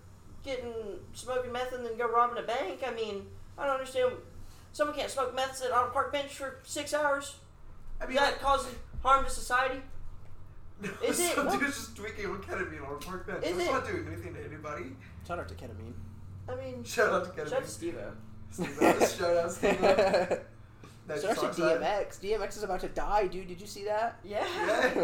getting smoking meth and then go robbing a bank. I mean, I don't understand. Someone can't smoke meth sit on a park bench for six hours.
I mean,
that causes harm to society.
like,
is it-
some
what-
dude's just tweaking on ketamine on a park bench.
Is
That's
it-
not doing anything to anybody.
shout out to ketamine
I mean,
Shout out to
shout out to
ketamine.
Steve.
Steve, just shout out Steve. That
shout out
sucks,
to
huh?
dmx dmx is about to die dude did you see that
Yeah.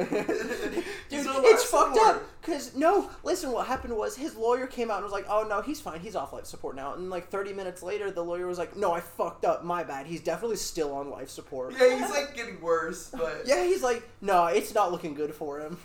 Dude,
He's on life
it's fucked
support.
up. Cause no, listen. What happened was his lawyer came out and was like, "Oh no, he's fine. He's off life support now." And like 30 minutes later, the lawyer was like, "No, I fucked up. My bad. He's definitely still on life support."
Yeah, he's like getting worse, but
Yeah, he's like, "No, it's not looking good for him."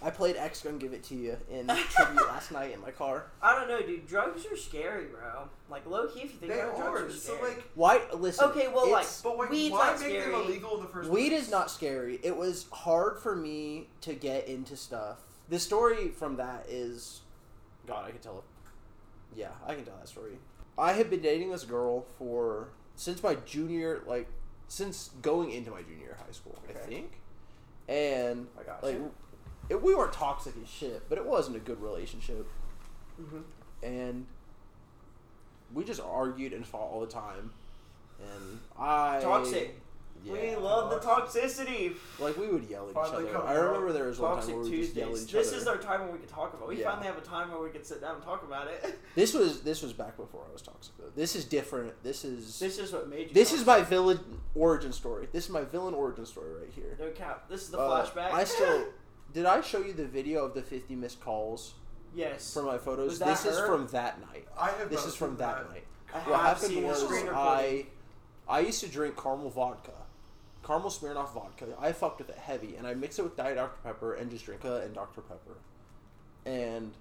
I played X Gun Give It to You in tribute last night in my car.
I don't know, dude. Drugs are scary, bro. Like low key, if you think
they
about it, drugs
are.
are
So
scary.
like,
Why? Listen.
okay, well, like,
it's-
but wait,
weed's
why
not
make
scary.
them illegal in the first place?
Weed is not scary. It was hard for me to get into stuff. The story from that is, God, I can tell. Yeah, I can tell that story. I had been dating this girl for since my junior, like since going into my junior high school, I think. And
I got
like,
you.
it, we weren't toxic as shit, but it wasn't a good relationship.
Mhm.
And we just argued and fought all the time. And I
Toxic.
Yeah.
We love the toxicity.
Like we would yell at
Finally
each
come
other. I
out.
remember there was one time
Toxic
where we would just yell at
Tuesdays.
each
This
other.
is our time when we can talk about. It. We
Yeah.
finally have a time where we can sit down and talk about it.
this was this was back before I was toxic though. This is different. This is this,
this is what made you.
is
toxic.
my villain origin story. This is my villain origin story right here.
no cap. This is the
Uh,
flashback.
I still did I show you the video of the 50 missed calls
yes.
from my photos.
Was that
This is
her?
from that night.
I have
This
not
is from
seen
that night.
I
What
have
happened
seen a
was
screen
I
recording.
I used to drink caramel vodka. Caramel Smirnoff vodka. I fucked with it heavy, and I mixed it with Diet Dr. uh, Pepper and just drink it and Dr. Pepper. and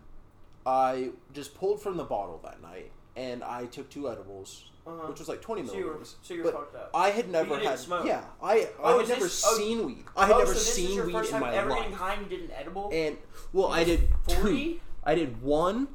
I just pulled from the bottle that night, and I took two edibles,
Uh-huh.
which was like twenty
So you were,
milligrams.
so you were
but
fucked up.
I had never
didn't
had
smoke.
yeah I
Oh,
I had
is
never
this- oh,
seen weed. I had
oh,
never
so this is
seen
your
weed
first
in
time
my
ever
life.
getting high and did an edible?
And well, I did
40?
two. I did one,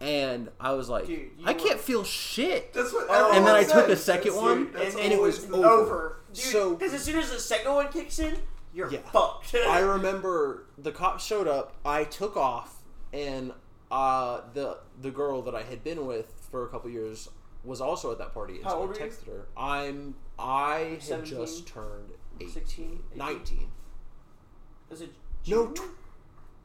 and I was like,
Dude, you
I
were-
can't feel shit.
That's what.
Oh,
everyone
and then I
says.
took the second
That's-
one,
that's
and it was
always the-
over.
over. Dude,
So-
because as soon as the second one kicks in, you're
Yeah.
fucked.
I remember the cops showed up. I took off, and uh, the the girl that I had been with for a couple years was also at that party. And
How
so
old
I
were you?
texted her. I'm I had
17?
just turned 18,
16, 18?
19.
Is it
No,
junior?
tw-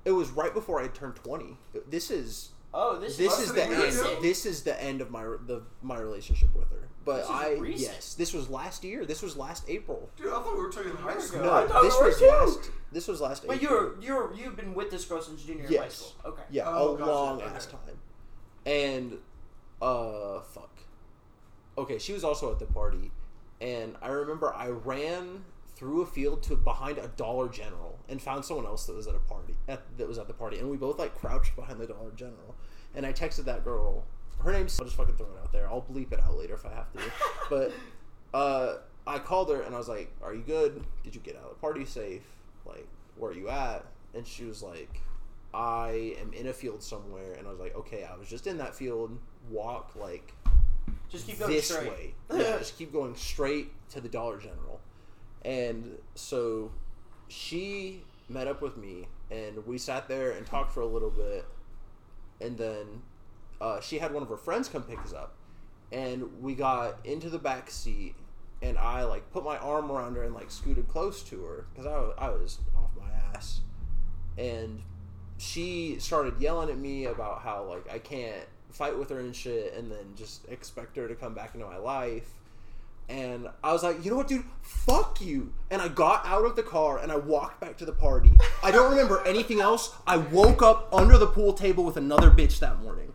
it was right before I turned 20. This is
Oh, this,
this
Must've
is the
been
end.
recent.
This is the end of my the my relationship with her. But
This is
I
recent.
yes, this was last year. This was last April.
Dude, I thought we were talking high school.
No,
I thought
this
we were
was
too.
last. This was last.
But
April.
you're you're you've been with this girl since junior high
Yes.
school. Okay.
Yeah,
Oh,
a
gotcha,
long
okay.
ass time. And uh fuck. Okay, she was also at the party and I remember I ran through a field to behind a Dollar General and found someone else that was at a party at, that was at the party and we both like crouched behind the Dollar General and I texted that girl. Her name's I'll just fucking throw it out there. I'll bleep it out later if I have to. but uh I called her and I was like, "Are you good? Did you get out of the party safe? Like, where are you at?" And she was like, I am in a field somewhere, and I was like, okay, I was just in that field. Walk like
Just keep going
this
straight.
way. Yeah, just keep going straight to the Dollar General. And so she met up with me, and we sat there and talked for a little bit, and then uh, she had one of her friends come pick us up, and we got into the back seat, and I like put my arm around her and like scooted close to her because I, wa- I was off my ass, and she started yelling at me about how like I can't fight with her and shit, and then just expect her to come back into my life. And I was like, you know what, dude? Fuck you. And I got out of the car and I walked back to the party. I don't remember anything else. I woke up under the pool table with another bitch that morning.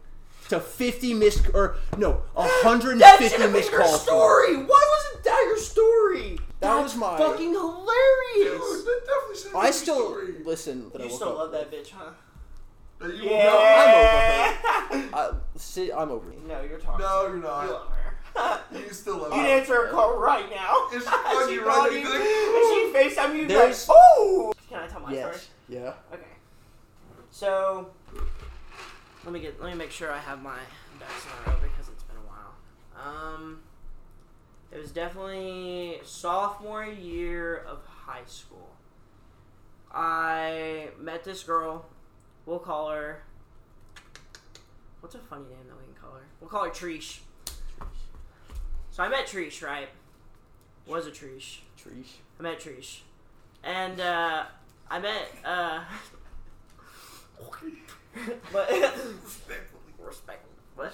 To 50 missed, or no, 150
That should have been
missed
your
calls.
story. Why wasn't that your story?
That
That's
was my-
fucking
Dude,
hilarious.
that definitely should be
I
a
still
story.
listen. That I
you
woke
still
up
love that
with.
bitch, huh?
No, you
I'm over her. I, see, I'm over it.
No, you're talking.
No, you're
You
not.
love her.
You still love
You'd
me.
answer her call right now.
It's
As
funny,
she
right?
called you, and she FaceTime you like,
There's-
oh! Can I tell my story?
Yes. Yeah.
Okay. So let me get let me make sure I have my ducks in a row because it's been a while. Um, it was definitely sophomore year of high school. I met this girl. We'll call her. What's a funny name that we can call her? We'll call her Treesh. So I met Treesh, right? Was a Treesh.
Treesh.
I met Trish. And uh, I met uh, but
Respectfully.
respect. What?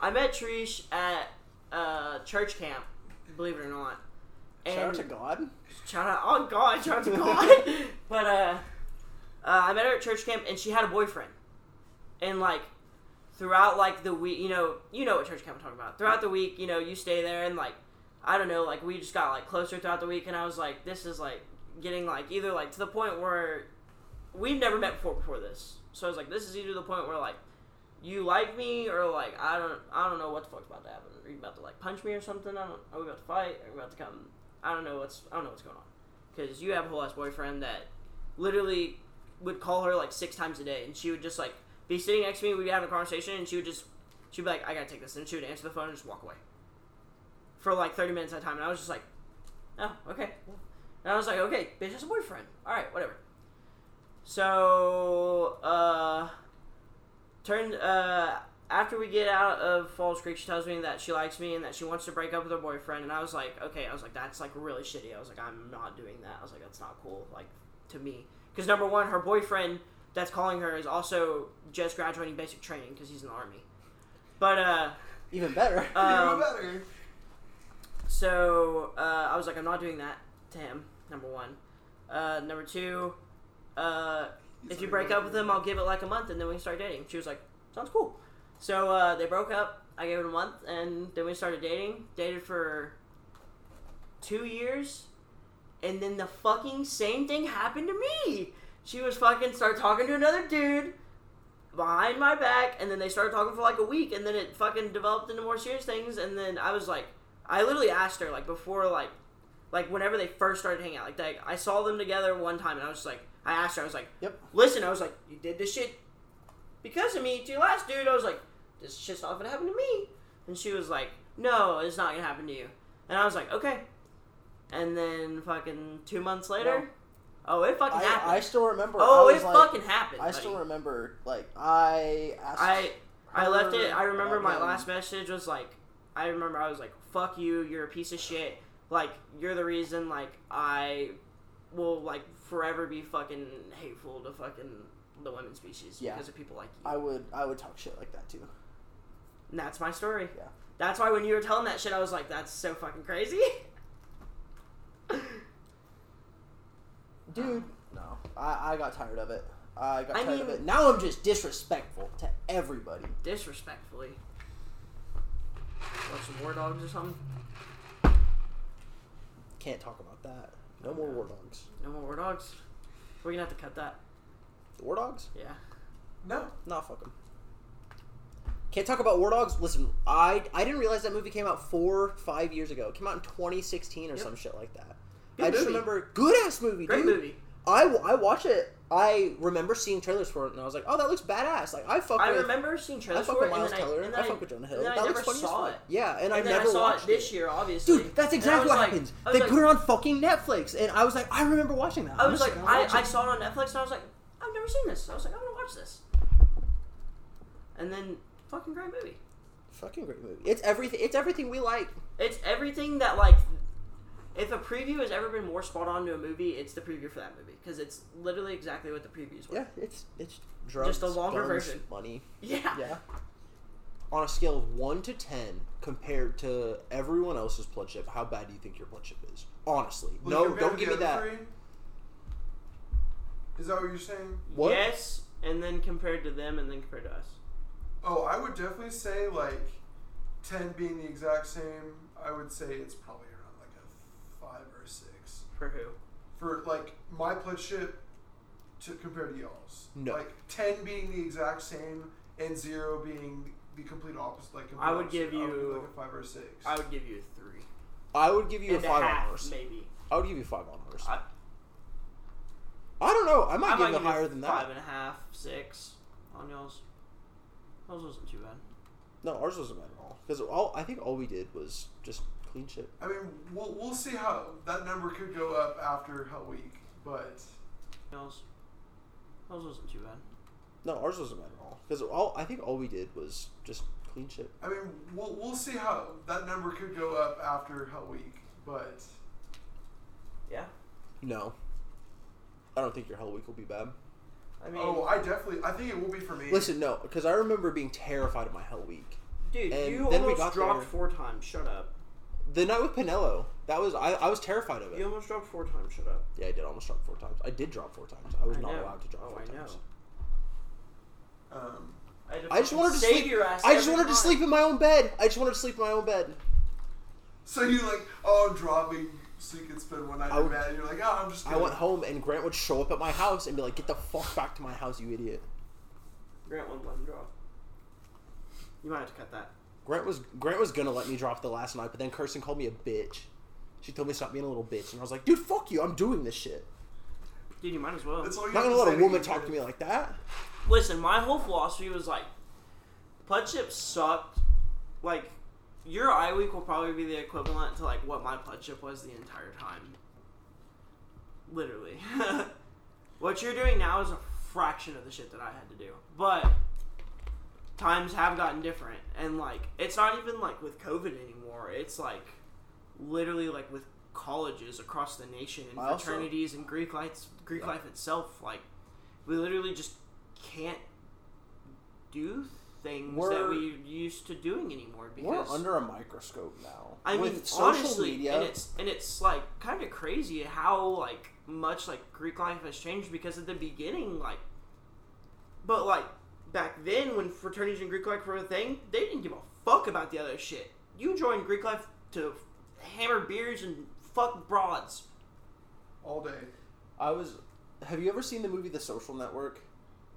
I met Trish at uh, church camp. Believe it or not. And
Shout out to God.
Shout out! Oh God! Shout out to God! but uh, uh, I met her at church camp, and she had a boyfriend. And like, throughout like the week, you know, you know what church camp I'm talking about. Throughout the week, you know, you stay there, and like, I don't know, like we just got like closer throughout the week, and I was like, this is like getting like either like to the point where we've never met before before this. So I was like, this is either the point where like you like me or like I don't I don't know what the fuck's about to happen. Are you about to like punch me or something? I don't. Are we about to fight? Are we about to come? I don't know what's I don't know what's going on. Because you have a whole ass boyfriend that literally would call her like six times a day, and she would just like be sitting next to me. We'd be having a conversation, and she would just she'd be like, I gotta take this, and she would answer the phone and just walk away for like thirty minutes at a time. And I was just like, oh okay, and I was like, okay, bitch has a boyfriend. All right, whatever. So uh turned uh after we get out of Falls Creek, she tells me that she likes me and that she wants to break up with her boyfriend. And I was like, okay, I was like, that's like really shitty. I was like, I'm not doing that. I was like, that's not cool, like to me. Because number one, her boyfriend that's calling her is also just graduating basic training because he's in the army. But uh,
Even better.
You
um,
know better.
so uh, I was like, I'm not doing that to him. Number one. Uh, number two, uh, if
He's
you
like,
break
"Whatever."
up with him, I'll give it like a month, and then we can start dating. She was like, sounds cool. So uh, they broke up. I gave it a month, and then we started dating. Dated for two years, and then the fucking same thing happened to me. She was fucking start talking to another dude, behind my back, and then they started talking for like a week, and then it fucking developed into more serious things, and then I was like, I literally asked her like before like, like whenever they first started hanging out, like they, I saw them together one time, and I was just like, I asked her, I was like,
Yep.
listen, I was like, you did this shit because of me to your last dude. I was like, this shit's not gonna happen to me, and she was like, no, it's not gonna happen to you, and I was like, okay, and then fucking two months later. Oh, it fucking happened.
I, I still remember.
Oh,
I
it
was like,
fucking happened.
I still remember. Like I asked.
I I left it. I
her
remember my
about
last
them.
message was like, I remember I was like, "Fuck you, you're a piece of shit. Like you're the reason like I will like forever be fucking hateful to fucking the women species
Yeah.
because of people like you."
I would. I would talk shit like that too.
and that's my story.
Yeah.
That's why when you were telling that shit, I was like, "That's so fucking crazy."
Dude, Um, no. I, I got tired of it. I got
I
tired of
mean-
it. Now I'm just disrespectful to everybody.
Disrespectfully. Want some war dogs or something?
Can't talk about that. No more war dogs.
No more war dogs. We're gonna have to cut that.
War dogs?
Yeah.
No.
Nah, fuck them. Can't talk about war dogs. Listen, I I didn't realize that movie came out four five years ago. It came out in 2016 or
Yep.
some shit like that.
Good
I just
movie.
remember good ass movie.
Great
dude.
movie.
I I watch it. I remember seeing trailers for it and I was like, oh, that looks badass. Like I fuck
I
with.
remember seeing
I
trailers
fuck
for
with
it, and
Miles
then I,
Teller.
and
I,
then I,
fuck with Jonah Hill.
and then I
that
never
looks funny as
saw
fuck.
it.
Yeah, and, I
and then
never
I saw
watched
it this
it.
year, obviously.
Dude, that's
And I
exactly
was
what
like-
happens.
I was
They
like-
put it on fucking Netflix, and I was like, I remember watching that.
I
I'm
was
just
like,
gonna
I,
watch
I
it.
saw it on Netflix, and I was like, I've never seen this. I was like, I'm gonna watch this. And then, fucking great movie.
fucking great movie. It's everything. It's everything we like.
It's everything that like, if a preview has ever been more spot on to a movie, it's the preview for that movie because it's literally exactly what the previews were.
Yeah, it's it's drugs,
Just a longer
guns,
version.
money.
Yeah.
Yeah. On a scale of one to ten, compared to everyone else's blood chip, how bad do you think your blood chip is? Honestly,
Well,
no,
compared to
don't give me
the
that.
other three? Is that what you're saying?
What?
Yes, and then compared to them, and then compared to us.
Oh, I would definitely say like ten being the exact same. I would say it's probably around like a five or a six
For who?
for like my pledge ship to compared to y'all's.
No.
like ten being the exact same and zero being the complete opposite. Like complete
I would
opposite.
give
I would
you-
like a five or a six.
I would give you a three.
I would give you
and
a five
a
on
half,
ours.
maybe.
I would give you five on ours.
I-
I don't know. I might
I
give
might
it
give
higher
it
than
Five
that.
and a half, six on y'all's. Yours wasn't too bad.
No, ours wasn't bad at all. Because all I think all we did was just clean shit.
I mean, we'll, we'll see how that number could go up after Hell Week, but
Y'all's. Yours wasn't too bad.
No, ours wasn't bad at all. Because all I think all we did was just clean shit.
I mean, we'll, we'll see how that number could go up after Hell Week, but
Yeah.
No, I don't think your hell week will be bad.
I mean,
oh, I definitely I think it will be for me.
Listen, no, because I remember being terrified of my hell week.
dude,
and
you
then we
almost
got
dropped
there.
four times. Shut up.
The night with Pinello, that was I. I was terrified of it.
You almost dropped four times. Shut up.
Yeah, I did almost drop four times. I did drop four times. I was
I
not
know.
allowed to drop
Oh,
four
I
times.
know.
um,
I just wanted to
save
sleep.
your ass.
I just
every
wanted to
time.
sleep in my own bed. I just wanted to sleep in my own bed.
so you like, oh, I'm dropping, so you can spend one night
I
in
would-
bed, and you're like, oh, I'm just.
I
gonna-
went home, and Grant would show up at my house and be like, "Get the fuck back to my house, you idiot."
Grant won't let him drop. You might have to cut that.
Grant was Grant was gonna let me drop the last night, but then Kirsten called me a bitch. She told me to stop being a little bitch, and I was like, "Dude, fuck you! I'm doing this shit.
Dude, you might as well.
That's all you
I'm not
have
gonna
to
let a
say
woman
get
talk
it.
to me like that."
Listen, my whole philosophy was like, Pledge Ship sucked. Like, your eye week will probably be the equivalent to like what my Pledge Ship was the entire time. Literally. what you're doing now is a fraction of the shit that I had to do. But times have gotten different. And like, it's not even like with COVID anymore. It's like literally like with colleges across the nation and
I also-
fraternities and Greek life, Greek life itself. Like, we literally just can't do things that
We're-
we used to doing anymore
We're
because
under a microscope now.
I mean
With
honestly and it's and it's like kind of crazy how like much like Greek life has changed because at the beginning like but like back then when fraternities and Greek life were a thing they didn't give a fuck about the other shit you joined Greek life to hammer beers and fuck broads
all day.
I was. Have you ever seen the movie The Social Network?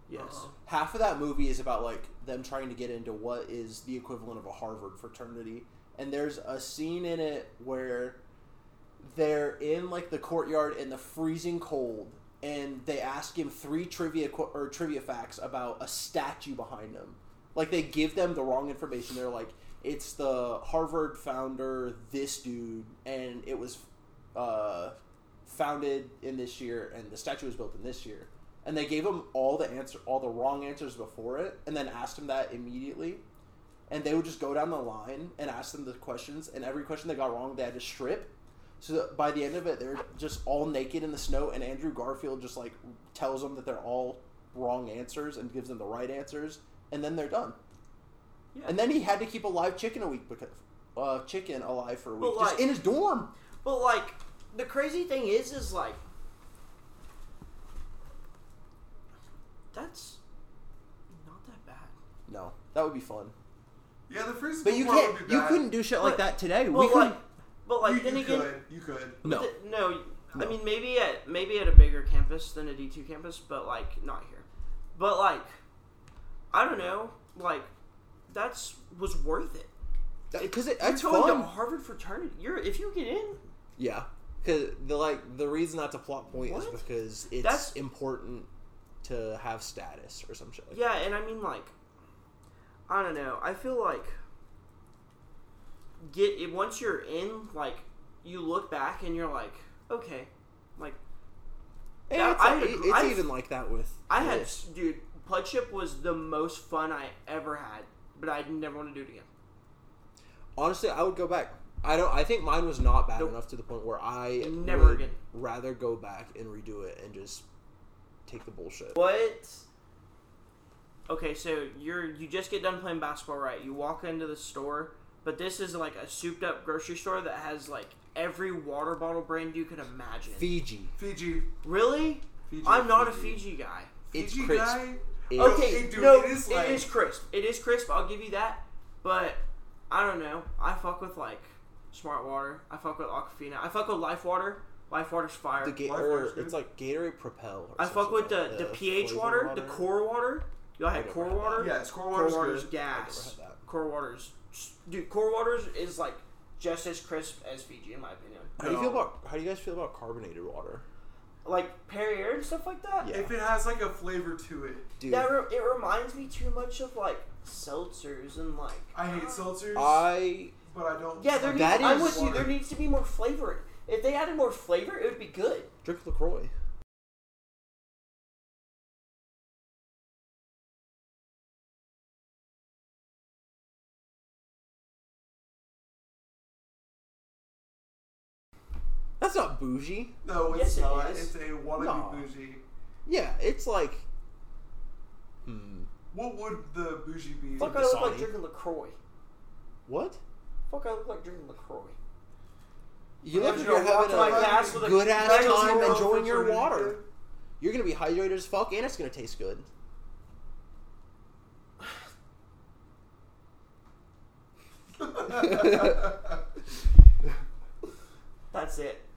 Yes.
half of that movie is about like them trying to get into what is the equivalent of a Harvard fraternity. And there's a scene in it where they're in like the courtyard in the freezing cold and they ask him three trivia qu- or trivia facts about a statue behind him. Like they give them the wrong information. They're like it's the Harvard founder this dude and it was uh founded in this year and the statue was built in this year and they gave him all the answer all the wrong answers before it and then asked him that immediately and they would just go down the line and ask them the questions and every question they got wrong they had to strip so that by the end of it they're just all naked in the snow and andrew garfield just like tells them that they're all wrong answers and gives them the right answers and then they're done
Yeah.
and then he had to keep a live chicken a week because uh, chicken alive for a week
But,
just
like-
in his dorm
But like the crazy thing is is like that's not that bad.
no that would be fun
Yeah, the freezing
but you
cold part
can't
would be
you
bad.
couldn't do shit like
But-
that today
Well,
we couldn't
like, but like
you,
then
you
again,
could. You could.
no
th- no, I
No.
mean maybe at maybe at a bigger campus than a D two campus, but like not here. But like, I don't know, like that's was worth it.
because it, it's
Going to
fun.
Harvard fraternity, you're if you get in,
Yeah, because the like the reason that's a plot point is
What?
because it's
That's-
important to have status or some shit. Like
Yeah, and I mean like I don't know. I feel like get it once you're in like you look back and you're like, okay, like
that.
Yeah,
And it's
I
like-
agree-
it's
I-
even like that with
I had
this.
dude, Pudship was the most fun I ever had, but I'd never want to do it again.
honestly, I would go back. I don't. I think mine was not bad
Nope.
enough to the point where I
Never
would
again.
rather go back and redo it and just take the bullshit.
What? Okay, so you're you just get done playing basketball, right? You walk into the store, but this is like a souped up grocery store that has like every water bottle brand you could imagine.
Fiji.
Fiji.
really?
Fiji.
I'm not a Fiji guy.
It's
Fiji
crisp.
guy?
It-
No,
Okay,
it- dude,
no,
it is like-
it is crisp. It is crisp. I'll give you that. But I don't know. I fuck with like Smart Water. I fuck with Aquafina. I fuck with Life Water. Life Water's fire.
The ga-
Life
or
Water's good.
it's like Gatorade Propel. Or
I
some
fuck
shit
with
like that.
the, the pH
flavored
water, the core water. Y'all
I
had
never
core
had that.
water.
Yeah, it's core
Core
water's
water's
good.
gas.
Never had that.
Core water's dude. Core water's is like just as crisp as Fiji in my opinion.
How do you
No.
feel about? How do you guys feel about carbonated water?
Like Perrier and stuff like that.
Yeah.
If it has like a flavor to it,
Dude,
That re- it reminds me too much of like seltzers and like.
I hate seltzers,
I
but I don't.
Yeah, there needs,
That
I'm
is-
with you. There needs to be more flavor. If they added more flavor, it would be good.
drink Lacroix. That's not bougie.
No, it's
Yes, it
not.
is.
It's a wannabe
No.
bougie.
Yeah, it's like. Hmm.
What would the bougie be?
Fuck, I look like
Dasani.
drinking Lacroix.
What?
Fuck, I look like drinking Lacroix.
You look
I'm
like
gonna
you're
walk
having
to my
a.
class with a
good-ass
Craig's
time
Laurel
enjoying
fridge.
your water. You're gonna be hydrated as fuck, and it's gonna taste good.
yeah,
That's it.